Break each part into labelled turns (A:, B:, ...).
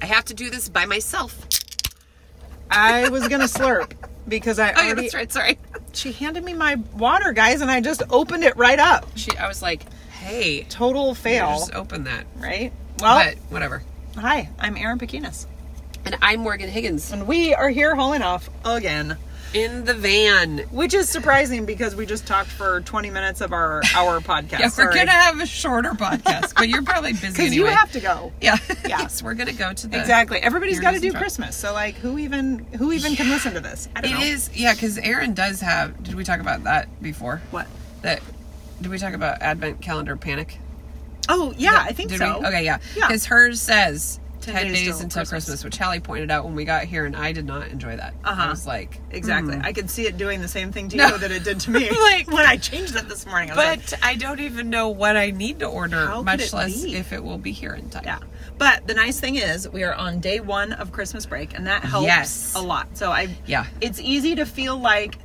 A: have to do this by myself.
B: I was gonna slurp because I
A: Oh, yeah,
B: already
A: that's right. Sorry.
B: she handed me my water, guys, and I just opened it right up.
A: She, I was like, hey,
B: Total fail,
A: just open that.
B: right? Well,
A: But whatever.
B: hi, I'm Erin Pekinas,
A: And I'm Morgan Higgins
B: and we are here hauling off again,
A: in the van.
B: which is surprising because we just talked for 20 minutes of our hour podcast.
A: Yeah, we're
B: Sorry.
A: gonna have a shorter podcast, but you're probably busy
B: because
A: anyway.
B: you have to go.
A: yeah,
B: Yeah.
A: so we're gonna go to the
B: Exactly. Everybody's
A: You're
B: got to
A: missing
B: do
A: truck.
B: Christmas, so like, who even who even can listen to this? I don't
A: It
B: know.
A: is, yeah, because Aaron does have. Did we talk about that before?
B: what?
A: That did we talk about Advent calendar panic?
B: Oh yeah, I think
A: Did
B: so.
A: we? Okay, yeah.
B: Yeah.
A: Because hers says 10,
B: 10
A: days,
B: days till
A: until Christmas.
B: Christmas.
A: which Hallie pointed out when we got here, and I did not enjoy that. I
B: Uh-huh.
A: was like,
B: Exactly.
A: hmm.
B: I could see it doing the same thing to
A: No.
B: you that it did to me
A: Like-
B: when I changed it this morning. I was like,
A: But I don't even know what I need to order,
B: How could
A: much
B: it
A: less
B: be?
A: if it will be here in time.
B: yeah. But the nice thing is, we are on day one of Christmas break, and that helps
A: Yes.
B: a lot. So I,
A: Yeah.
B: it's easy to feel like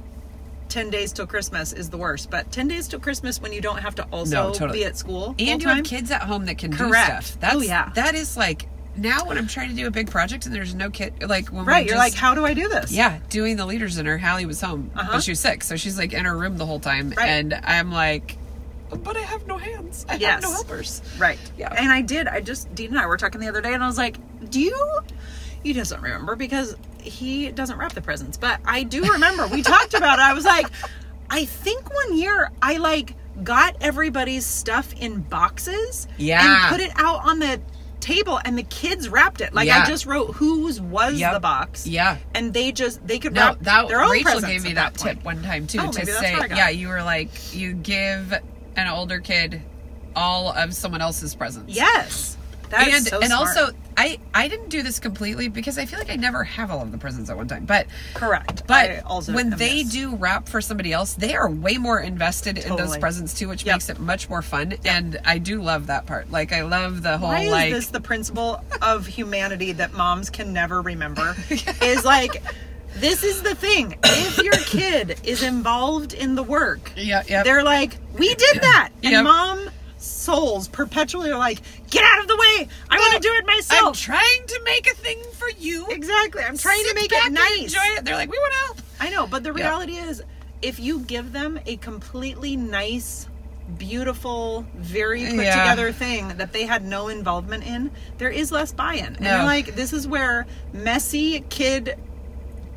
B: ten days till Christmas is the worst, but ten days till Christmas when you don't have to also
A: No, totally.
B: be at school
A: and you
B: full-time,
A: have kids at home that can
B: Correct.
A: do stuff. That's,
B: Oh, yeah.
A: That is like now when I'm trying to do a big project and there's no kid, like when
B: Right?
A: we
B: You're
A: just-
B: like, how do I do this?
A: yeah, doing the leaders in her. Hallie was home,
B: Uh-huh.
A: but she was sick, so she's like in her room the whole time,
B: Right.
A: and I'm like, but I have no hands. I have
B: Yes.
A: no helpers.
B: Right.
A: Yeah.
B: And I did. I just Dean and I were talking the other day, and I was like, "Do you?" He doesn't remember because he doesn't wrap the presents, but I do remember. we talked about it. I was like, I think one year I like got everybody's stuff in boxes
A: Yeah.
B: and put it out on the table and the kids wrapped it like
A: Yeah.
B: i just wrote whose was
A: Yep.
B: the box
A: Yeah.
B: and they just they could
A: No,
B: wrap
A: that
B: their own
A: Rachel
B: presents
A: gave me
B: at
A: that,
B: point.
A: tip one time too
B: Oh,
A: to
B: maybe that's
A: say,
B: where I got
A: yeah,
B: it.
A: you were like, you give an older kid all of someone else's presents.
B: yes that's
A: and
B: so
A: and
B: smart.
A: also I I didn't do this completely because I feel like I never have all of the presents at one time, but.
B: correct I
A: But
B: also
A: when
B: am
A: they
B: this.
A: do rap for somebody else, they are way more invested in those
B: Totally.
A: presents too, which
B: Yep.
A: makes it much more fun. And I do love that part. Like I love the whole
B: Why is
A: like
B: this the principle of humanity that moms can never remember? Is like, this is the thing. If your kid is involved in the work,
A: yeah yeah
B: they're like, we did that. And
A: Yep.
B: mom souls perpetually are like, get out of the way. I want to do it
A: I'm
B: myself.
A: trying to make a thing for you.
B: exactly. I'm trying
A: Sit
B: to make
A: back
B: it
A: and
B: nice.
A: Enjoy it. They're like we want to help.
B: I know, but the
A: Yeah.
B: reality is, if you give them a completely nice, beautiful, very put
A: Yeah.
B: together thing that they had no involvement in, there is less buy in. And
A: No.
B: you're like, this is where messy kid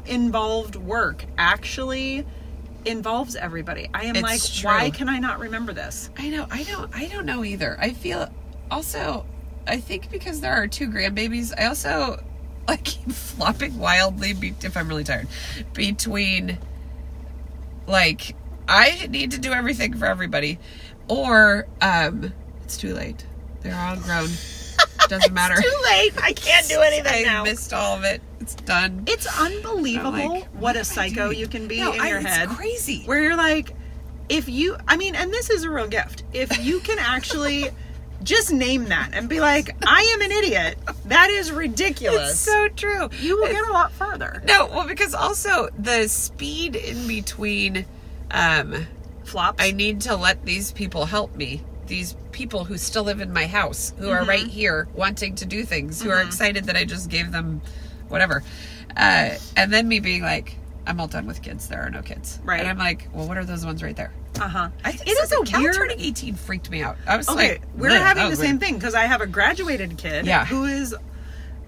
B: involved work actually involves everybody. I am
A: It's
B: like,
A: true.
B: why can I not remember this?
A: I know. I don't. I don't know either. I feel also. I think because there are two grandbabies, I also like keep flopping wildly. Be, if I'm really tired, between like I need to do everything for everybody, or um, it's too late. They're all grown. Doesn't matter.
B: Too late. I can't do anything
A: I
B: now.
A: missed all of it. It's done.
B: it's unbelievable
A: I'm like,
B: what a
A: am I
B: psycho
A: doing?
B: you can be
A: No,
B: in
A: I-
B: your
A: it's
B: head.
A: crazy.
B: where you're like, if you, I mean, and this is a real gift. If you can actually just name that and be like, I am an idiot. That is ridiculous.
A: it's so true.
B: you will get a lot further.
A: No, well, because also the speed in between. Um,
B: Flops.
A: I need to let these people help me. These people who still live in my house, who
B: Mm-hmm.
A: are right here, wanting to do things, who are excited that I just gave them whatever. Uh, and then me being like, I'm all done with kids. There are no kids.
B: Right.
A: And I'm like, well, what are those ones right there?
B: Uh huh.
A: I think
B: It is
A: something-
B: a
A: Cal
B: weird-
A: turning 18 freaked me out. I was
B: Okay,
A: like,
B: we're
A: "Ugh,
B: having
A: that
B: the
A: was
B: same
A: weird."
B: thing because I have a graduated kid
A: Yeah.
B: who is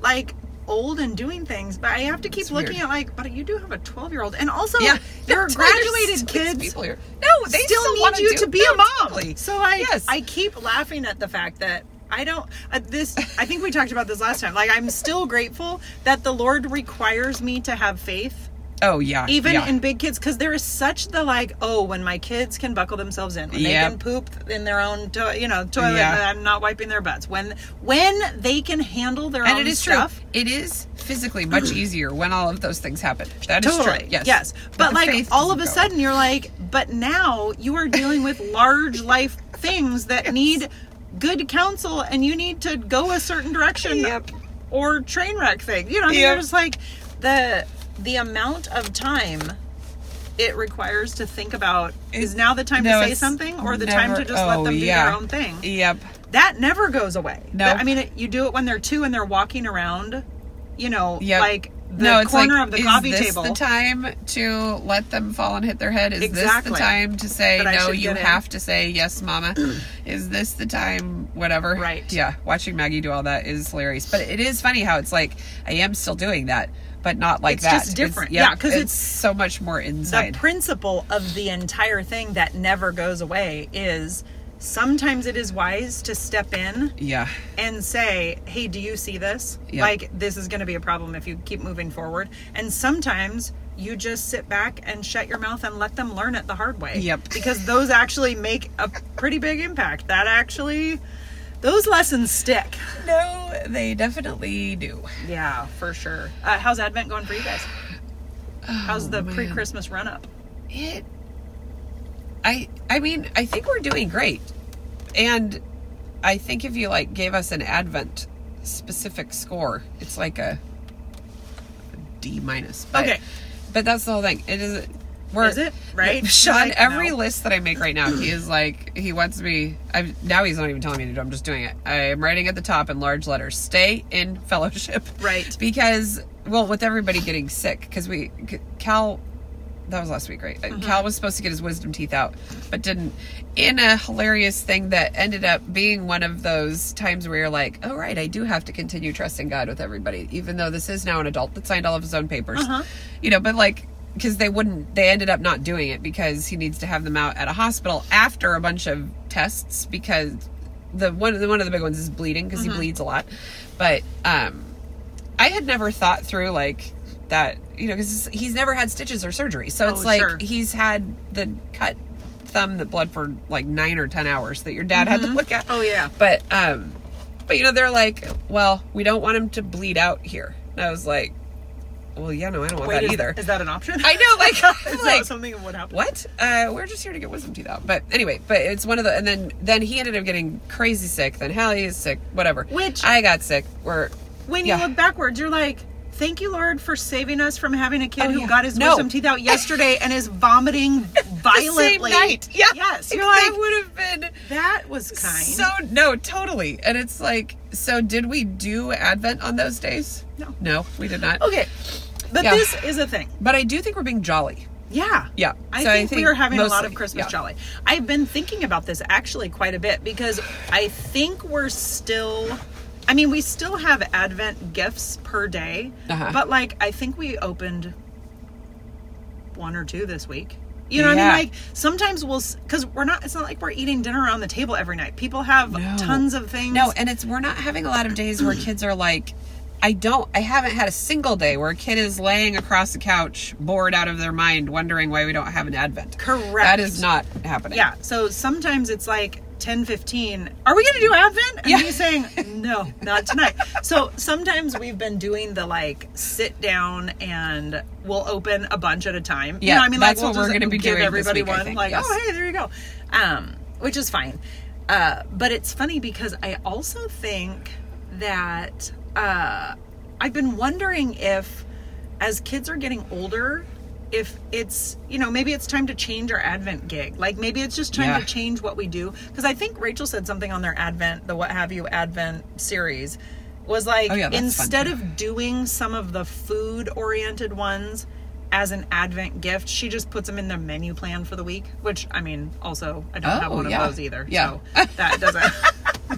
B: like old and doing things, but I have to keep
A: It's
B: looking
A: weird.
B: at like, but you do have a 12 year old. And also,
A: Yeah.
B: Oh, there are
A: That's why there's
B: graduated
A: so many
B: kids
A: people here. No, they still,
B: still,
A: wanna
B: need you
A: do-
B: to be
A: No,
B: a mom.
A: totally.
B: So I,
A: Yes.
B: I keep laughing at the fact that I don't. Uh, this, I think we talked about this last time. Like I'm still grateful that the Lord requires me to have faith,
A: oh, yeah.
B: even
A: yeah.
B: in big kids, because there is such the like, oh, when my kids can buckle themselves in, when
A: Yep.
B: they can poop in their own, to- you know, toilet,
A: Yeah.
B: and I'm not wiping their butts. When when they can handle their
A: and
B: own
A: it is
B: Um, stuff.
A: true. It is physically much easier when all of those things happen. That is
B: Totally.
A: true.
B: Yes.
A: Yes.
B: But
A: the
B: like
A: faith
B: all of a
A: doesn't go.
B: sudden you're like, but now you are dealing with large life things that need good counsel and you need to go a certain direction
A: Yep.
B: or train wreck thing. You know, I mean,
A: Yep.
B: there's like the the amount of time it requires to think about is
A: It-
B: now the time
A: no,
B: to say
A: it's
B: something or the time
A: never-
B: to just let
A: oh,
B: them do
A: yeah.
B: their own thing.
A: Yep.
B: that never goes away.
A: No.
B: That- I mean, it, you do it when they're two and they're walking around, you know,
A: Yep.
B: like the
A: no, it's
B: corner
A: like,
B: of the
A: is
B: coffee
A: this
B: table.
A: the time to let them fall and hit their head? Is
B: Exactly.
A: this the time to say
B: That I
A: no?
B: should
A: You
B: get in."
A: have to say yes, Mama. is this the time? Whatever.
B: Right.
A: Yeah. Watching Maggie do all that is hilarious, but it is funny how it's like I am still doing that, but not like
B: It's
A: that.
B: just different.
A: yep,
B: Yeah, 'cause
A: it's,
B: it's-
A: so much more
B: the
A: inside.
B: principle of the entire thing that never goes away is sometimes it is wise to step in
A: yeah.
B: and say, "Hey, do you see this?
A: Yeah.
B: Like this is going to be a problem if you keep moving forward." And sometimes you just sit back and shut your mouth and let them learn it the hard way.
A: Yep.
B: Because those actually make a pretty big impact. That actually those lessons stick.
A: No, they definitely do.
B: Yeah, for sure. Uh, how's Advent going for you guys? How's the
A: Oh, man.
B: pre-Christmas run up?
A: it i i mean i think we're doing great and i think if you like gave us an advent specific score it's like a d minus but,
B: Okay.
A: but that's the whole thing it is we're
B: Is it? Right?
A: sean
B: Like,
A: every
B: no.
A: list that i make right now he is like he wants me i'm now he's not even telling me to do i'm just doing it i am writing at the top in large letters stay in fellowship
B: Right.
A: because well with everybody getting sick because we cal that was last week, right? Uh Cal was supposed to get his wisdom teeth out, but didn't. In a hilarious thing that ended up being one of those times where you're like, oh, right, I do have to continue trusting God with everybody, even though this is now an adult that signed all of his own papers. You know, but like, because they wouldn't, they ended up not doing it because he needs to have them out at a hospital after a bunch of tests because the one, the one of the big ones is bleeding because he bleeds a lot. But, um, I had never thought through like that, you know, because he's never had stitches or surgery. So it's
B: Oh,
A: like
B: sure.
A: he's had the cut thumb that bled for like nine or ten hours that your dad had to look at.
B: Oh, yeah.
A: But um, but you know they're like, well, we don't want him to bleed out here. And I was like, well, yeah, no, I don't want that
B: is,
A: either.
B: is that an option?
A: I know, like,
B: is that
A: like-
B: something that would happen?
A: what? Uh, we're just here to get wisdom teeth out. But anyway, but it's one of the and then then he ended up getting crazy sick. Then Hallie is sick. Whatever.
B: Which-
A: I got sick. We're
B: when
A: Yeah.
B: you look backwards, you're like, thank you, Lord, for saving us from having a kid
A: Oh,
B: who
A: yeah.
B: got his
A: No.
B: wisdom teeth out yesterday and is vomiting violently.
A: the same night. Yeah.
B: Yes. You're
A: that
B: like,
A: would have been
B: that was kind.
A: So no, totally. And it's like, so did we do Advent on those days?
B: No.
A: No, we did not.
B: okay. But
A: Yeah.
B: this is a thing.
A: But I do think we're being jolly.
B: Yeah.
A: Yeah.
B: I,
A: So I
B: think
A: think
B: we are having a lot
A: mostly,
B: of Christmas
A: yeah.
B: jolly. I've been thinking about this actually quite a bit because I think we're still. I mean, we still have Advent gifts per day,
A: Uh-huh.
B: but like I think we opened one or two this week. You know what
A: Yeah.
B: I mean? Like sometimes we'll, because we're not. It's not like we're eating dinner around the table every night. People have
A: No.
B: tons of things.
A: No, and it's we're not having a lot of days where kids are like, I don't. I haven't had a single day where a kid is laying across the couch, bored out of their mind, wondering why we don't have an Advent.
B: Correct.
A: That is not happening.
B: Yeah. So sometimes it's like 10 15. Are we going to do Advent? And
A: Yeah.
B: me saying, no, not tonight. so sometimes we've been doing the like sit down and we'll open a bunch at a time.
A: Yeah,
B: You know, I mean, like
A: that's
B: we'll
A: what we're
B: just
A: gonna be doing
B: give
A: this
B: everybody
A: week, I
B: one.
A: think,
B: Like,
A: yes.
B: oh, hey, there you go. Um, which is fine. Uh, but it's funny because I also think that uh, I've been wondering if, as kids are getting older, if it's you know maybe it's time to change our advent gig like maybe it's just time
A: Yeah.
B: to change what we do because i think rachel said something on their advent the what have you advent series was like
A: Oh, yeah, that's fun,
B: instead
A: too.
B: of doing some of the food oriented ones as an advent gift she just puts them in the menu plan for the week which i mean also i don't have
A: Oh,
B: one
A: yeah.
B: of those either
A: Yeah.
B: so that doesn't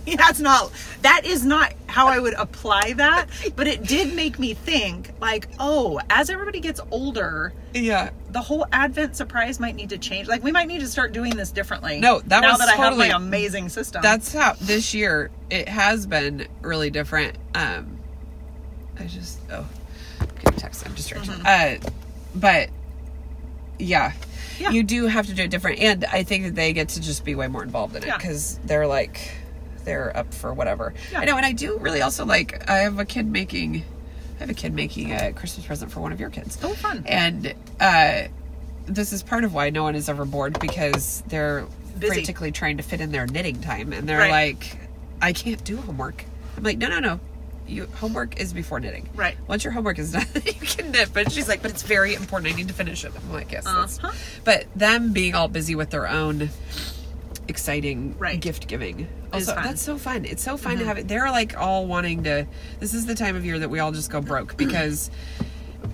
B: that's not that is not how i would apply that but it did make me think like oh as everybody gets older
A: Yeah.
B: the whole Advent surprise might need to change. Like we might need to start doing this differently.
A: No, that
B: now
A: was
B: that I
A: totally-
B: have my amazing system.
A: that's how this year it has been really different. Um, I just oh, I'm getting text. I'm distracted. Uh, but yeah.
B: Mm-hmm. Yeah.
A: you do have to do it different, and I think that they get to just be way more involved in it
B: Yeah.
A: because they're like they're up for whatever.
B: Yeah.
A: I know, and I do really also like. I have a kid making. I have a kid making a Christmas present for one of your kids.
B: Oh, fun.
A: And uh, this is part of why no one is ever bored because they're
B: Busy.
A: frantically trying to fit in their knitting time, and they're
B: Right.
A: like, "I can't do homework." I'm like, "No, no, no." You, homework is before knitting.
B: Right.
A: Once your homework is done, you can knit. But she's like, but it's very important. I need to finish it. I'm like, yes. that's-
B: Uh-huh.
A: But them being all busy with their own exciting
B: Right.
A: gift giving
B: is
A: Also,
B: fun. Mm-hmm.
A: that's so fun. It's so fun to have it. They're like all wanting to. This is the time of year that we all just go broke because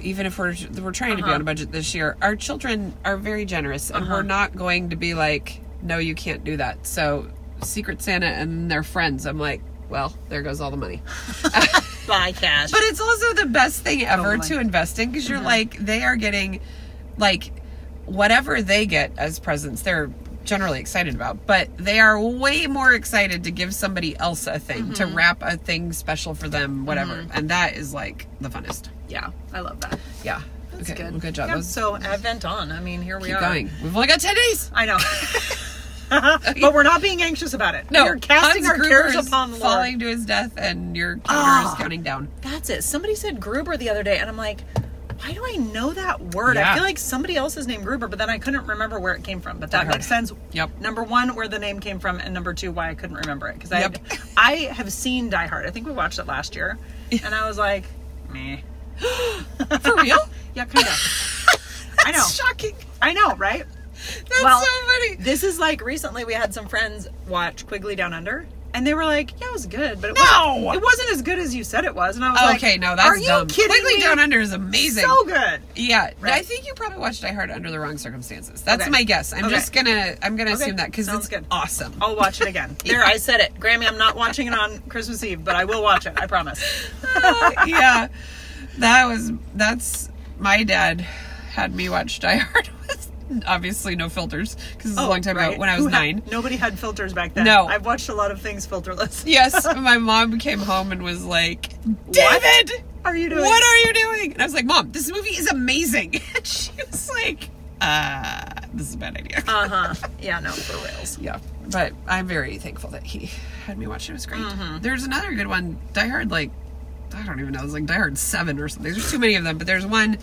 A: even if we're we're trying to be
B: Uh-huh.
A: on a budget this year, our children are very generous, and we're
B: Uh-huh.
A: not going to be like, no, you can't do that. So, Secret Santa and their friends. I'm like, well, there goes all the money.
B: Buy cash.
A: But it's also the best thing ever
B: Totally. Mm-hmm.
A: to invest in because you're like they are getting like whatever they get as presents they're generally excited about, but they are way more excited to give somebody else a thing to
B: Mm-hmm.
A: wrap a thing special for them, whatever, and that is like the funnest.
B: yeah, I love that.
A: Yeah.
B: That's
A: okay.
B: good.
A: well, Good job.
B: Yeah,
A: Let's
B: so Advent on. I mean, here we
A: keep
B: are.
A: going. We've only got ten days.
B: I know. but we're not being anxious about it.
A: No,
B: we're casting
A: Hans
B: our
A: Gruber
B: cares
A: is
B: upon the Lord.
A: falling to his death, and your counter
B: Ah.
A: is counting down.
B: That's it. Somebody said Gruber the other day, and I'm like, why do I know that word?
A: Yeah.
B: I feel like somebody else is named Gruber, but then I couldn't remember where it came from. But that
A: Hard.
B: makes sense.
A: Yep.
B: Number one, where the name came from, and number two, why I couldn't remember it because I,
A: Yep.
B: I have seen Die Hard. I think we watched it last year, and I was like, meh.
A: For real?
B: Yeah, kind of. I know.
A: Shocking.
B: I know, right?
A: That's
B: Well,
A: so funny.
B: This is like recently we had some friends watch Quigley Down Under, and they were like, "Yeah, it was good, but it
A: No!
B: wasn't, it wasn't as good as you said it was." And I was like,
A: Okay, no, that's
B: are you
A: dumb.
B: kidding
A: Quigley
B: me?
A: Down Under is amazing.
B: So good.
A: Yeah,
B: Right.
A: I think you probably watched Die Hard under the wrong circumstances. That's
B: Okay.
A: my guess. I'm
B: Okay.
A: just gonna I'm gonna
B: Okay.
A: assume that because
B: Sounds
A: it's
B: good.
A: awesome.
B: I'll watch it again. There, I said it, Grammy. I'm not watching it on Christmas Eve, but I will watch it. I promise.
A: yeah, that was that's my dad had me watch Die Hard with obviously no filters because it's a long time ago
B: Oh, right.
A: when I was
B: Who had-
A: nine.
B: nobody had filters back then.
A: No.
B: I've watched a lot of things filterless.
A: Yes, my mom came home and was like, "David,
B: Are you doing?
A: what are you doing?" And I was like, "Mom, this movie is amazing." And she was like, "Uh, this is a bad idea."
B: Uh huh. Yeah, no, for reals.
A: yeah but i'm very thankful that he had me watch it it was great
B: Mm-hmm.
A: there's another good one die hard like i don't even know it's like die hard 7 or something there's too many of them but there's one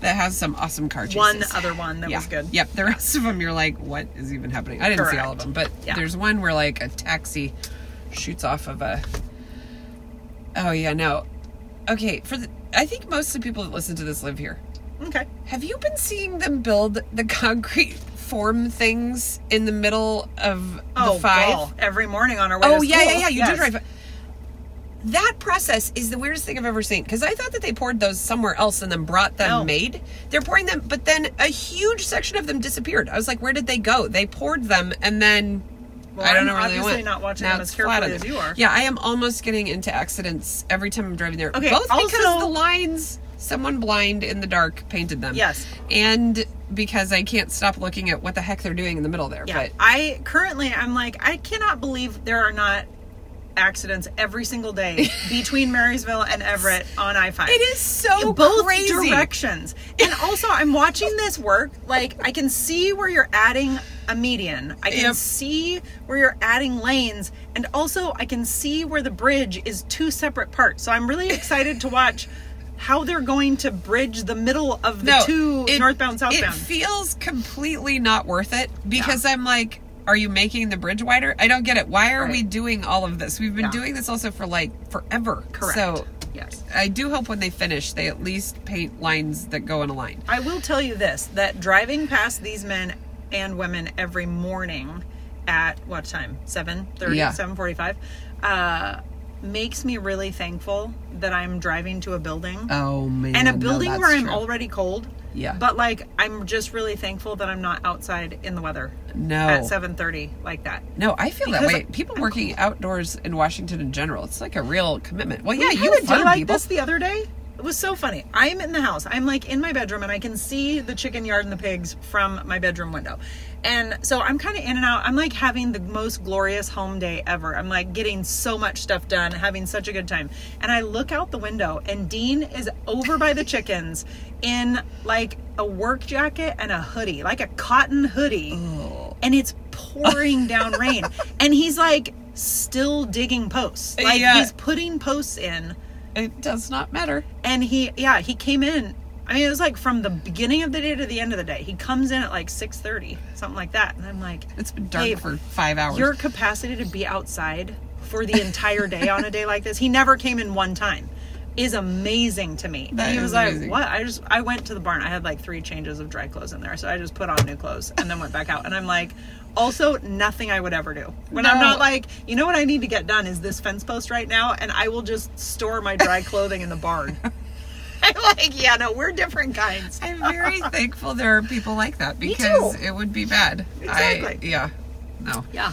A: that has some awesome car chases.
B: One other one that
A: yeah.
B: was good.
A: Yep. The rest of them, you're like, what is even happening? I didn't see all of them,
B: Correct.
A: but
B: Yeah.
A: there's one where like a taxi shoots off of a. Oh yeah, no. Okay, for the, I think most of the people that listen to this live here.
B: Okay.
A: Have you been seeing them build the concrete form things in the middle of
B: Oh,
A: the five?
B: gall. every morning on our way.
A: Oh
B: to
A: yeah,
B: school.
A: yeah, yeah. You
B: Yes.
A: do drive. by- That process is the weirdest thing I've ever seen because I thought that they poured those somewhere else and then brought them
B: No.
A: made. They're pouring them, but then a huge section of them disappeared. I was like, where did they go? They poured them and then
B: Well,
A: I don't
B: I'm
A: know where they went.
B: obviously not watching
A: Now
B: them
A: it's
B: as
A: flat
B: carefully
A: on
B: as
A: them.
B: you are.
A: Yeah, I am almost getting into accidents every time I'm driving there.
B: Okay,
A: both because
B: also-
A: the lines someone blind in the dark painted them.
B: Yes.
A: and because I can't stop looking at what the heck they're doing in the middle there.
B: Yeah.
A: But
B: I currently, I'm like, I cannot believe there are not accidents every single day between Marysville and Everett on I 5.
A: it is so
B: in both
A: crazy.
B: directions. And also, I'm watching this work. Like, I can see where you're adding a median, I can
A: Yep.
B: see where you're adding lanes, and also I can see where the bridge is two separate parts. So I'm really excited to watch. How they're going to bridge the middle of the two
A: it-
B: northbound
A: It
B: southbound?
A: feels completely not worth it because I'm like, are you making the bridge wider? I don't get it. Why are
B: Right.
A: we doing all of this? We've been
B: Yeah.
A: doing this also for like forever.
B: Correct.
A: So
B: yes.
A: I do hope when they finish, they at least paint lines that go in a line.
B: I will tell you this that driving past these men and women every morning at what time? 7:30,
A: Yeah.
B: 7:45 uh makes me really thankful that I'm driving to a building.
A: Oh man!
B: and a
A: no,
B: building
A: that's
B: where I'm
A: true.
B: already cold.
A: Yeah.
B: But like I'm just really thankful that I'm not outside in the weather
A: no
B: at 7:30 like that.
A: No, I feel that
B: Because
A: way. People working outdoors in Washington in general, it's like a real commitment. Well, yeah,
B: We
A: you
B: had a day
A: farm
B: like
A: people.
B: this the other day. It was so funny. I'm in the house. I'm like in my bedroom, and I can see the chicken yard and the pigs from my bedroom window. And so I'm kind of in and out. I'm like having the most glorious home day ever. I'm like getting so much stuff done, having such a good time. And I look out the window, and Dean is over by the chickens in like a work jacket and a hoodie, like a cotton hoodie. And it's pouring down rain. And he's like still digging posts. Like
A: Yeah.
B: he's putting posts in
A: It does not matter.
B: and he yeah he came in i mean it was like from the beginning of the day to the end of the day he comes in at like 6.30 something like that and i'm like
A: It's been dark
B: "Hey,
A: for five hours.
B: your capacity to be outside for the entire day on a day like this he never came in one time is amazing to me.
A: That
B: and he
A: is
B: was
A: amazing.
B: like, "What?" I just I went to the barn. I had like three changes of dry clothes in there, so I just put on new clothes and then went back out. And I'm like, also nothing I would ever do when I'm
A: No.
B: not like, you know what I need to get done is this fence post right now, and I will just store my dry clothing in the barn. I'm like, yeah, no, we're different kinds.
A: I'm very thankful there are people like that
B: Me
A: because
B: too.
A: it would be bad. I,
B: Exactly.
A: yeah. No.
B: Yeah.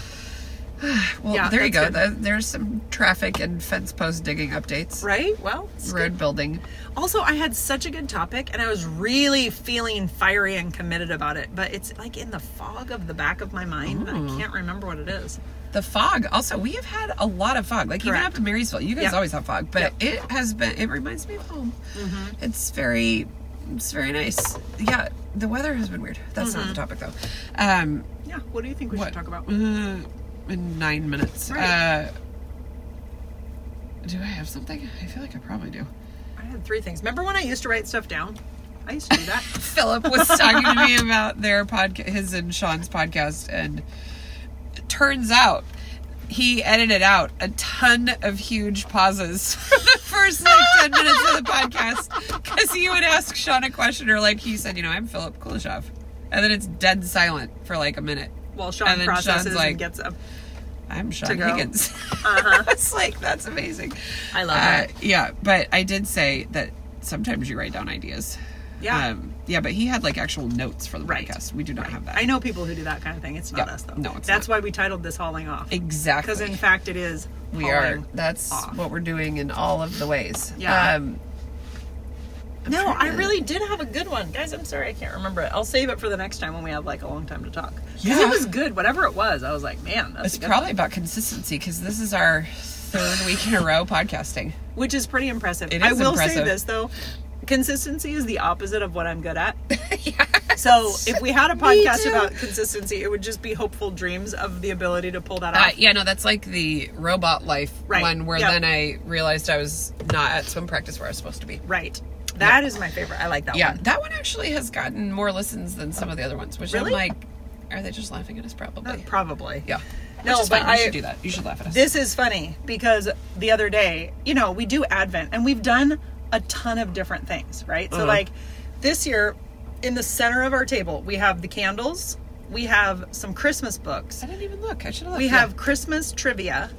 A: Well,
B: Yeah,
A: there you go.
B: that's good.
A: Th- There's some traffic and fence post digging updates.
B: Right? Well, it's
A: Road building.
B: Also, I had such a good topic and I was really feeling fiery and committed about it, but it's like in the fog of the back of my mind.
A: Mm.
B: I can't remember what it is.
A: The fog. Also, we have had a lot of fog. Like even
B: Correct.
A: up to Marysville, you guys
B: Yep. Mm-hmm.
A: always have fog, but it has been. It reminds me of home. It's very, it's very nice. Yeah, the weather has been weird. That's
B: Mm-hmm.
A: not the topic though. Um,
B: Yeah, what do you think we should talk about?
A: Uh, in nine minutes. Uh,
B: Right.
A: do I have something? I feel like I probably do.
B: I had three things. Remember when I used to write stuff down? I used to do that.
A: Philip was talking to me about their podcast, his and Sean's podcast, and it turns out he edited out a ton of huge pauses from the first like ten minutes of the podcast because he would ask Sean a question or like he said, you know, I'm Philip Kulishov, and then it's dead silent for like a minute.
B: While Sean
A: And then Sean's
B: processes
A: like-
B: and gets up.
A: I'm
B: To
A: Sean
B: go.
A: Higgins.
B: Uh-huh.
A: it's like that's amazing.
B: I love
A: Uh,
B: that.
A: yeah, but I did say that sometimes you write down ideas.
B: Yeah.
A: Um, yeah, but he had like actual notes for the
B: Right.
A: podcast. We do not have that.
B: I know people who do that kind of thing. It's not
A: Yeah.
B: us, though.
A: No, it's
B: That's
A: not.
B: why we titled this Hauling Off.
A: Exactly.
B: Because, in fact, it is.
A: we are.
B: hauling
A: That's
B: off.
A: what we're doing in all of the ways.
B: Yeah.
A: Um, I'm
B: No,
A: trying
B: I
A: to-
B: really did have a good one. Guys, I'm sorry I can't remember it. I'll save it for the next time when we have like a long time to talk. 'Cause
A: Yeah.
B: it was good. Whatever it was, I was like, man, that's
A: It's
B: a good
A: probably about consistency because this is our third week in a row podcasting.
B: one. Which is pretty impressive.
A: It
B: I
A: is
B: will say
A: impressive.
B: this though. Consistency is the opposite of what I'm good at. So if we had a podcast
A: too.
B: about consistency, it would just be hopeful dreams of the ability to pull that
A: Uh,
B: off.
A: yeah, no, that's like the robot life
B: Right.
A: one where
B: Yep.
A: then I realized I was not at swim practice where I was supposed to be.
B: Right. That is my favorite. I like that
A: Yeah,
B: one.
A: that one actually has gotten more listens than some of the other ones, which I'm
B: Really?
A: like, are they just laughing at us? Probably.
B: Uh, Probably.
A: yeah.
B: No,
A: which is
B: but
A: fine. You
B: I-
A: should do that. You should laugh at us.
B: This is funny because the other day, you know, we do Advent and we've done a ton of different things, right? So,
A: Uh-huh.
B: like this year, in the center of our table, we have the candles, we have some Christmas books,
A: I didn't even look. I should have looked.
B: we
A: Yeah.
B: have Christmas trivia.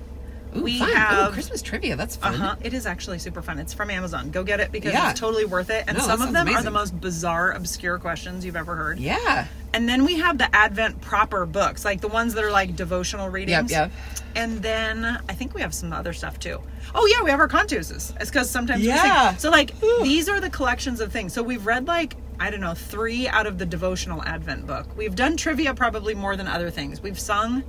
A: Ooh,
B: we
A: fun. Ooh,
B: have-
A: Christmas trivia. That's
B: Uh
A: fun.
B: huh. It is actually super fun. It's from Amazon. Go get it because
A: Yeah.
B: it's totally worth it. And
A: No, that
B: some of
A: sounds
B: them are
A: amazing.
B: the most bizarre, obscure questions you've ever heard.
A: Yeah.
B: And then we have the Advent proper books, like the ones that are like devotional readings.
A: yep.
B: And then I think we have some other stuff too. Oh yeah, we have our contuses. It's because sometimes we
A: Yeah.
B: sing. So like
A: Ooh.
B: these are the collections of things. So we've read like I don't know three out of the devotional Advent book. We've done trivia probably more than other things. We've sung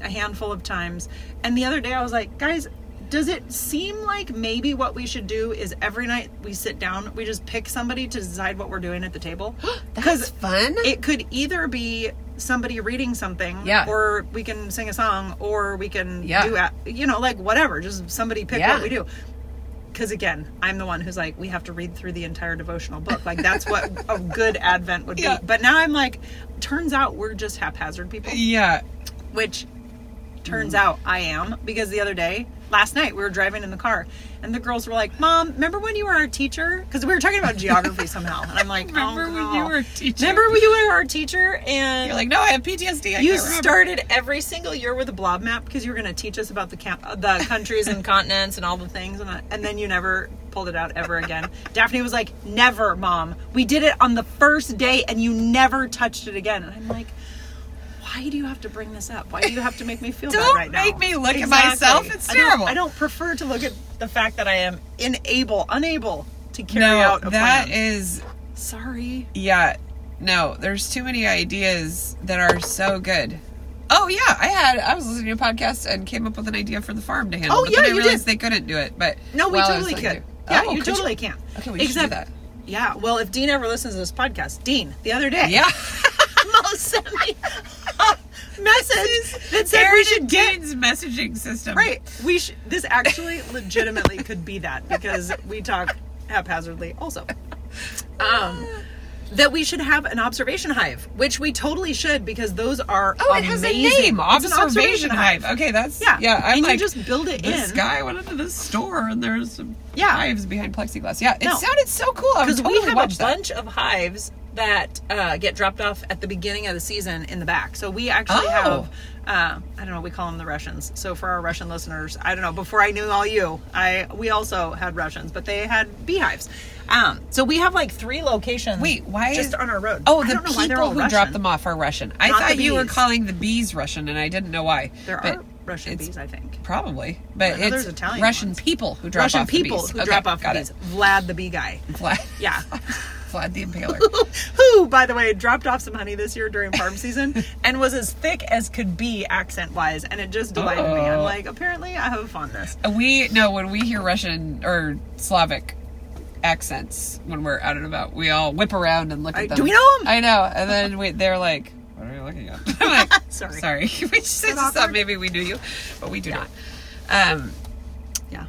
B: a handful of times. And the other day I was like, guys. Does it seem like maybe what we should do is every night we sit down, we just pick somebody to decide what we're doing at the table?
A: That's fun.
B: it could either be somebody reading something
A: Yeah.
B: or we can sing a song or we can
A: Yeah.
B: do a- you know like whatever just somebody pick
A: Yeah.
B: what we do because again i'm the one who's like we have to read through the entire devotional book like that's what a good advent would
A: Yeah.
B: be but now i'm like turns out we're just haphazard people
A: yeah.
B: which turns out I am because the other day, last night, we were driving in the car and the girls were like, "Mom, remember when you were our teacher?" Because we were talking about geography somehow, and I'm like,
A: Remember
B: "Oh,
A: when
B: girl.
A: you were a teacher?"
B: Remember when you were our teacher?" And
A: You're like, no, I have PTSD. I
B: you
A: can't remember."
B: started every single year with a blob map because you were going to teach us about the camp- uh, the countries and continents and all the things, and, that- and then you never pulled it out ever again. Daphne was like, "Never, mom. We did it on the first day, and you never touched it again." And I'm like. Why do you have to bring this up? Why do you have to make me feel
A: Don't
B: bad right now?
A: make me look at myself. It's
B: I don't-
A: terrible.
B: I don't prefer to look at the fact that I am unable, unable to carry
A: No,
B: out a
A: that
B: plan.
A: is.
B: Sorry.
A: Yeah. No, there's too many ideas that are so good. Oh yeah, I had I was listening to a podcast and came up with an idea for the farm to handle.
B: Oh,
A: but
B: yeah,
A: then I
B: you
A: realized
B: did.
A: they couldn't do it. But
B: No, we
A: while I was
B: totally
A: listening
B: could.
A: to-
B: Yeah,
A: Oh,
B: you
A: could
B: totally can.
A: Okay, we should do that.
B: Yeah, well, if Dean ever listens to this podcast, Dean, the other day,
A: Yeah.
B: Mo sent me a message that said we should get
A: Dean's messaging system.
B: right. We sh- this actually legitimately could be that because we talk haphazardly also. Um, that we should have an observation hive, which we totally should because those are
A: Oh, it has a
B: amazing.
A: name.
B: It's an
A: Observation, hive. Okay, that's
B: Yeah,
A: yeah. Yeah, I'm
B: and
A: like
B: you just build it
A: this
B: in.
A: guy went into this store and there's some
B: Yeah.
A: hives behind plexiglass. Yeah, it
B: No.
A: sounded so cool. I would
B: because
A: totally
B: we have
A: watch
B: a
A: that.
B: bunch of hives that uh, get dropped off at the beginning of the season in the back. So we actually
A: Oh.
B: have. Uh, I don't know. We call them the Russians. So for our Russian listeners, I don't know. Before I knew all you, I we also had Russians, but they had beehives. Um, so we have like three locations.
A: Wait, why
B: Just
A: is-
B: on our road.
A: Oh,
B: I
A: the
B: don't know why they're
A: people
B: all
A: who
B: Russian.
A: dropped them off are Russian. I
B: Not
A: thought
B: the
A: you were
B: bees.
A: calling the bees Russian, and I didn't know why.
B: There
A: But
B: are Russian
A: it's-
B: bees, I think.
A: Probably, but
B: know
A: it's
B: there's Italian
A: Russian
B: ones.
A: people who drop
B: Russian
A: off
B: people
A: the bees.
B: who
A: Okay,
B: drop off
A: got
B: the bees. Vlad the bee guy.
A: It. Vlad,
B: Yeah.
A: Vlad the Impaler.
B: Who, by the way, dropped off some honey this year during farm season and was as thick as could be accent wise, and it just delighted me. I'm
A: Oh.
B: like, apparently I have a fondness.
A: we no when we hear Russian or Slavic accents when we're out and about, we all whip around and look
B: I-
A: at them.
B: do we know 'em?
A: I know, and then we, they're like, "What are you looking at?" I'm like,
B: Sorry.
A: sorry." we just
B: that
A: thought
B: awkward?
A: maybe we knew you, but we do
B: Yeah.
A: not. Um,
B: Yeah.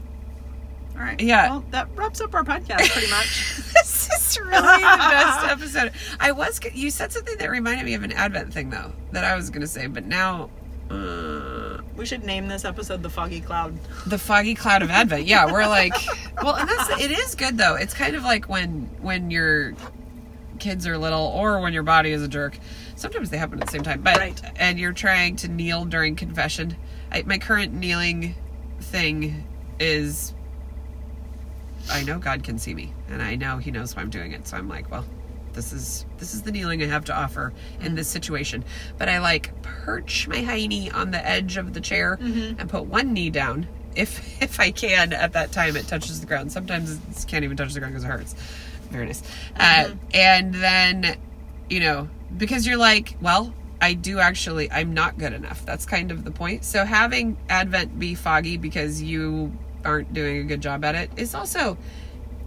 B: All right.
A: Yeah.
B: Well, that wraps up our podcast pretty much.
A: this is really the best episode. I was. g- You said something that reminded me of an Advent thing though that I was going to say, but now. Uh,
B: we should name this episode The Foggy Cloud.
A: the foggy cloud of advent yeah we're like well and that's it is good though it's kind of like when when your kids are little or when your body is a jerk sometimes they happen at the same time but
B: Right.
A: and you're trying to kneel during confession I, my current kneeling thing is i know god can see me and i know he knows why i'm doing it so i'm like well this is this is the kneeling i have to offer in this situation but i like perch my hiney on the edge of the chair and put one knee down if if i can at that time it touches the ground sometimes it can't even touch the ground because it hurts very nice uh, and then you know because you're like well i do actually i'm not good enough that's kind of the point so having advent be foggy because you aren't doing a good job at it is also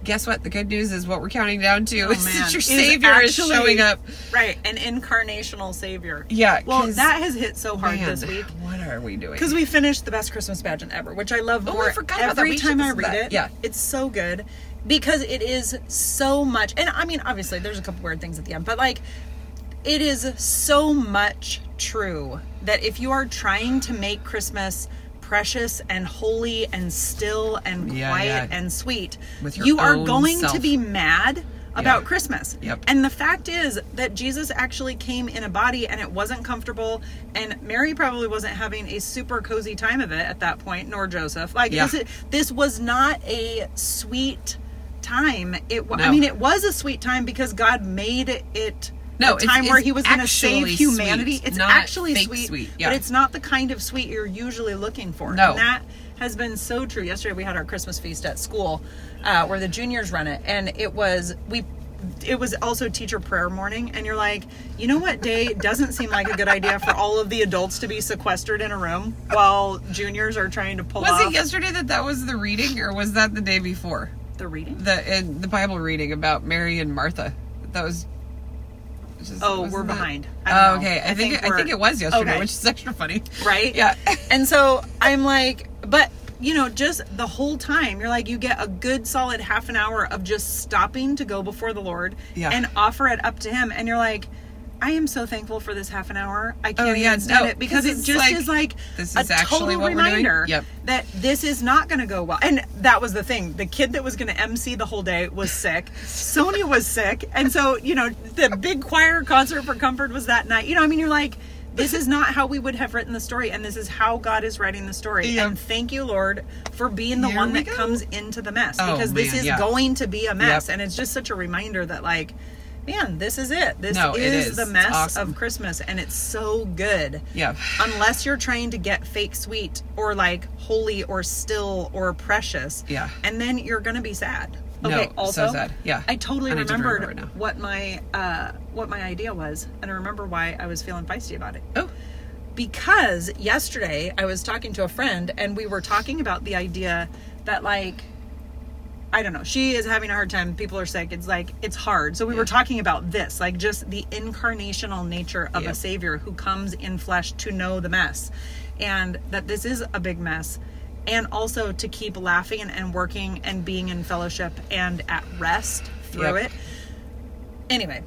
A: guess what the good news is what we're counting down to is
B: Oh, man.
A: that Oh, your
B: Is
A: savior is
B: actually-
A: showing up
B: Right. An incarnational savior.
A: yeah
B: Well,
A: 'cause,
B: that has hit so hard
A: man,
B: this week.
A: what are we doing
B: Because we finished the best Christmas pageant ever, which I love
A: Oh, I
B: more
A: forgot about that.
B: every
A: We should
B: time I
A: listen to
B: read
A: that.
B: it.
A: Yeah.
B: it's so good because it is so much. And I mean, obviously, there's a couple weird things at the end, but like, it is so much true that if you are trying to make Christmas precious and holy and still and
A: Yeah,
B: quiet
A: yeah.
B: and sweet,
A: With your
B: you are
A: own
B: going to
A: self.
B: be mad about Christmas.
A: Yep.
B: And the fact is that Jesus actually came in a body and it wasn't comfortable and Mary probably wasn't having a super cozy time of it at that point nor Joseph. Like
A: Yeah.
B: this, this was not a sweet time. It wa- I
A: No.
B: mean it was a sweet time because God made it
A: No,
B: a
A: it's-
B: time where
A: it's
B: he was going to save
A: actually
B: humanity.
A: sweet,
B: it's
A: not
B: actually
A: fake
B: sweet,
A: sweet, yeah.
B: but it's not the kind of sweet you're usually looking for.
A: No.
B: And that has been so true. Yesterday we had our Christmas feast at school uh, where the juniors run it, and it was we. It was also teacher prayer morning, and you're like, you know what day doesn't seem like a good idea for all of the adults to be sequestered in a room while juniors are trying to pull
A: was
B: off
A: it yesterday that that was the reading or was that the day before
B: the reading.
A: the in the bible reading about mary and martha that was just-
B: Oh,
A: wasn't
B: we're
A: that-
B: behind. I
A: Oh,
B: don't know.
A: okay. I, think, I
B: we're-
A: think it was yesterday,
B: Okay.
A: which is extra funny.
B: right?
A: Yeah.
B: And so I'm like, but you know, just the whole time, you're like, you get a good solid half an hour of just stopping to go before the Lord
A: Yeah.
B: and offer it up to Him, and you're like. I am so thankful for this half an hour. I can't
A: Oh, yeah,
B: even stand
A: no,
B: it because
A: this
B: it
A: is
B: just
A: like-
B: is like
A: this is
B: a
A: actually
B: total
A: what we're doing.
B: reminder
A: Yep.
B: that this is not going to go well. And that was the thing. The kid that was going to MC the whole day was sick. Sonia was sick. And so, you know, the big choir concert for comfort was that night. You know, I mean, you're like, this is not how we would have written the story. And this is how God is writing the story.
A: Yeah.
B: And thank you, Lord, for being the
A: Here
B: one
A: we
B: that
A: go.
B: comes into the mess
A: Oh,
B: because this
A: man,
B: is
A: yeah.
B: going to be a mess.
A: Yep.
B: And it's just such a reminder that, like, man, this is it. This
A: No, it
B: is,
A: is.
B: the
A: It's
B: mess
A: awesome.
B: of Christmas. And it's so good
A: Yeah.
B: unless you're trying to get fake sweet or like holy or still or precious.
A: Yeah.
B: And then you're gonna be sad.
A: No,
B: Okay.
A: so
B: also,
A: sad. Yeah.
B: I totally
A: I need to remember
B: remembered
A: right now.
B: what my uh, what my idea was, and I remember why I was feeling feisty about it
A: Oh,
B: because yesterday I was talking to a friend and we were talking about the idea that like I don't know, she is having a hard time, people are sick, it's like it's hard. So we were talking about this, like just the incarnational nature of
A: Yeah.
B: a savior who comes in flesh to know the mess and that this is a big mess and also to keep laughing and working and being in fellowship and at rest through
A: Yep.
B: it. Anyway,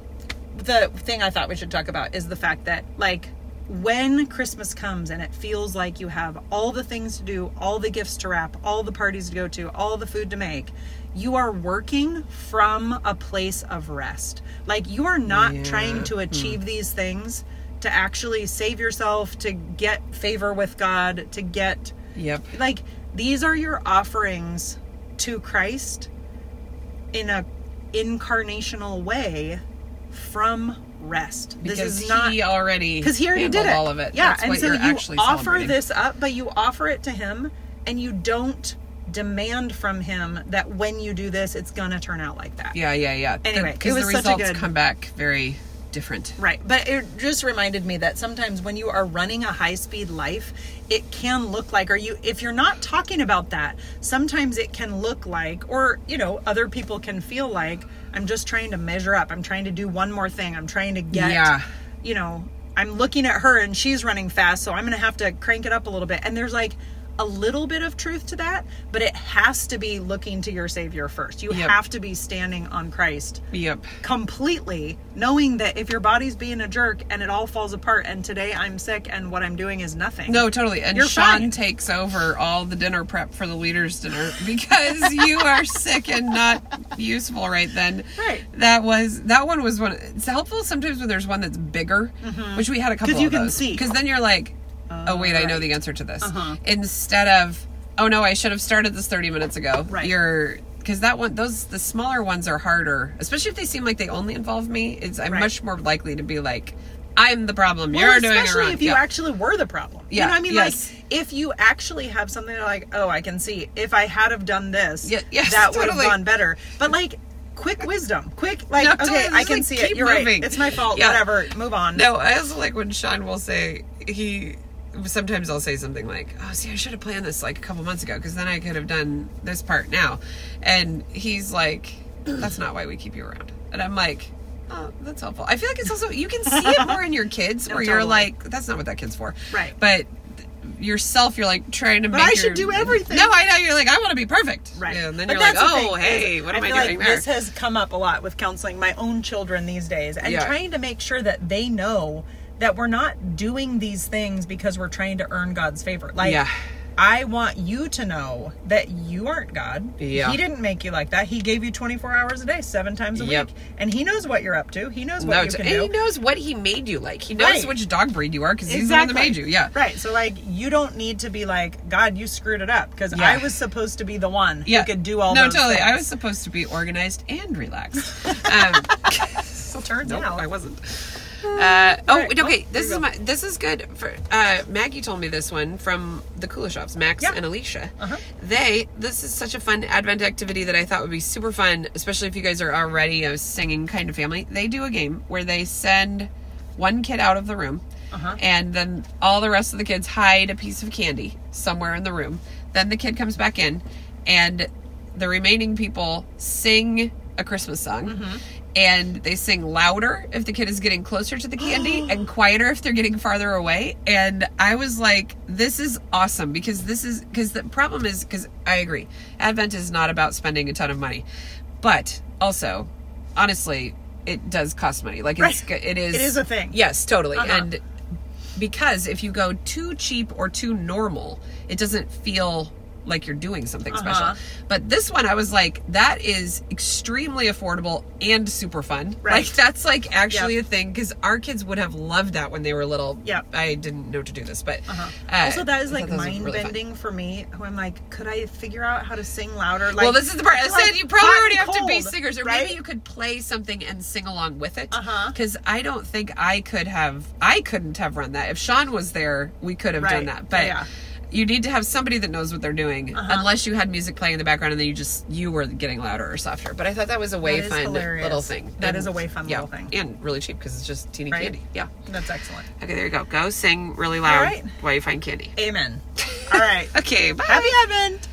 B: the thing I thought we should talk about is the fact that like when Christmas comes and it feels like you have all the things to do, all the gifts to wrap, all the parties to go to, all the food to make, you are working from a place of rest. Like you are not
A: Yeah.
B: trying to achieve these things to actually save yourself, to get favor with God, to get
A: Yep.
B: like these are your offerings to Christ in a incarnational way from rest.
A: Because
B: this is not
A: he already
B: because he already did
A: handled
B: it.
A: all of it.
B: Yeah,
A: That's
B: and
A: what
B: so
A: you're
B: you
A: actually
B: offer
A: celebrating.
B: this up, but you offer it to him, and you don't demand from him that when you do this, it's gonna turn out like that.
A: Yeah, yeah, yeah.
B: Anyway, it
A: because the
B: was such a
A: results
B: good-
A: come back very different.
B: Right. But it just reminded me that sometimes when you are running a high speed life, it can look like, or you, if you're not talking about that, sometimes it can look like, or, you know, other people can feel like, I'm just trying to measure up. I'm trying to do one more thing. I'm trying to get,
A: Yeah.
B: you know, I'm looking at her and she's running fast. So I'm going to have to crank it up a little bit. And there's like, a little bit of truth to that, but it has to be looking to your Savior first. You
A: Yep.
B: have to be standing on Christ
A: Yep.
B: completely knowing that if your body's being a jerk and it all falls apart and today I'm sick and what I'm doing is nothing.
A: No, totally. And
B: You're
A: Sean
B: fine.
A: takes over all the dinner prep for the leaders' dinner because you are sick and not useful right then.
B: Right.
A: That was that one was one. It's helpful sometimes when there's one that's bigger, which we had a couple.
B: Mm-hmm. 'Cause you
A: of
B: can
A: those.
B: see.
A: Because then you're like, oh wait, I know the answer to this.
B: Uh-huh.
A: Instead of, oh no, I should have started this 30 minutes ago.
B: Right.
A: You're because that one, those the smaller ones are harder, especially if they seem like they only involve me. It's I'm
B: Right.
A: much more likely to be like, I'm the problem.
B: Well,
A: you're doing it
B: especially
A: wrong.
B: if you
A: Yeah.
B: actually were the problem.
A: Yeah,
B: You know what I mean?
A: yes.
B: Like if you actually have something that like, oh, I can see if I had have done this,
A: Yeah, yes,
B: that would
A: totally.
B: have gone better. But like quick wisdom, quick like
A: No,
B: okay,
A: totally,
B: I
A: just,
B: can
A: like,
B: see it.
A: keep
B: You're
A: moving.
B: right. It's my fault.
A: Yeah.
B: Whatever. Move on.
A: No, I also like when Sean will say he. Sometimes I'll say something like, "Oh, see, I should have planned this like a couple months ago because then I could have done this part now," and he's like, "That's not why we keep you around," and I'm like. Oh, that's helpful. I feel like it's also you can see it more in your kids,
B: No,
A: where you're
B: totally.
A: like, "That's not what that kid's for."
B: Right.
A: But th- yourself, you're like trying to.
B: But
A: make
B: I should
A: your-
B: do everything.
A: No, I know. You're like, I want to be perfect.
B: Right.
A: Yeah, and then
B: But
A: you're like,
B: that's the
A: "Oh,
B: thing, is
A: hey, what am I,
B: feel
A: doing
B: like
A: there?"
B: This has come up a lot with counseling my own children these days and
A: Yeah.
B: trying to make sure that they know that we're not doing these things because we're trying to earn God's favor. Like
A: Yeah.
B: I want you to know that you aren't God.
A: Yeah.
B: He didn't make you like that. He gave you 24 hours a day, 7 times a
A: Yep.
B: week, and he knows what you're up to. He knows what
A: No,
B: you
A: it's-
B: can
A: and
B: do.
A: he knows what he made you like. He knows
B: Right.
A: which dog breed you are because he's the one that made you. Yeah.
B: Right. So like you don't need to be like, God, you screwed it up because
A: Yeah.
B: I was supposed to be the one
A: Yeah.
B: who could do all
A: No,
B: those
A: totally. I
B: things.
A: was supposed to be organized and relaxed. Um,
B: So turns
A: nope,
B: out
A: I wasn't. Uh, oh,
B: Right. Oh,
A: okay.
B: there
A: This is
B: you go.
A: my. This is good for. Uh, Maggie told me this one from the Cooler Shops, Max
B: Yeah.
A: and Alicia.
B: Uh-huh.
A: They. This is such a fun Advent activity that I thought would be super fun, especially if you guys are already a singing kind of family. They do a game where they send one kid out of the room,
B: Uh-huh.
A: and then all the rest of the kids hide a piece of candy somewhere in the room. Then the kid comes back in, and the remaining people sing a Christmas song.
B: Mm-hmm.
A: And they sing louder if the kid is getting closer to the candy and quieter if they're getting farther away. And I was like, this is awesome because this is because the problem is because I agree, Advent is not about spending a ton of money, but also, honestly, it does cost money. Like it's
B: Right.
A: it is
B: It is a thing.
A: Yes, totally.
B: Uh-huh.
A: And because if you go too cheap or too normal, it doesn't feel like you're doing something
B: Uh-huh.
A: special. But this one, I was like, that is extremely affordable and super fun.
B: Right.
A: Like that's like actually
B: Yep.
A: a thing because our kids would have loved that when they were little.
B: Yep.
A: I didn't know to do this, but
B: Uh-huh.
A: uh,
B: also, that is
A: I
B: like
A: thought those were
B: mind
A: really fun.
B: bending for me. Who I'm like, could I figure out how to sing louder? Like,
A: well, this is the part I
B: like
A: said. You probably
B: hot
A: already have
B: and
A: to be
B: cold,
A: singers, or
B: right?
A: maybe you could play something and sing along with it.
B: Uh-huh.
A: Because I don't think I could have, I couldn't have run that. If Sean was there, we could have done
B: Right.
A: that. But
B: Yeah. Uh-huh.
A: you need to have somebody that knows what they're doing, unless you had music playing in the background and then you just you were getting louder or softer. But I thought that was a way
B: is
A: fun
B: hilarious.
A: little thing.
B: That
A: That is
B: is a way fun
A: yeah,
B: little thing.
A: and really cheap because it's just teeny
B: Right?
A: candy. Yeah.
B: That's excellent.
A: Okay, there you go. Go sing really loud
B: right.
A: while you find candy.
B: Amen. All right.
A: Okay, bye.
B: Happy Advent.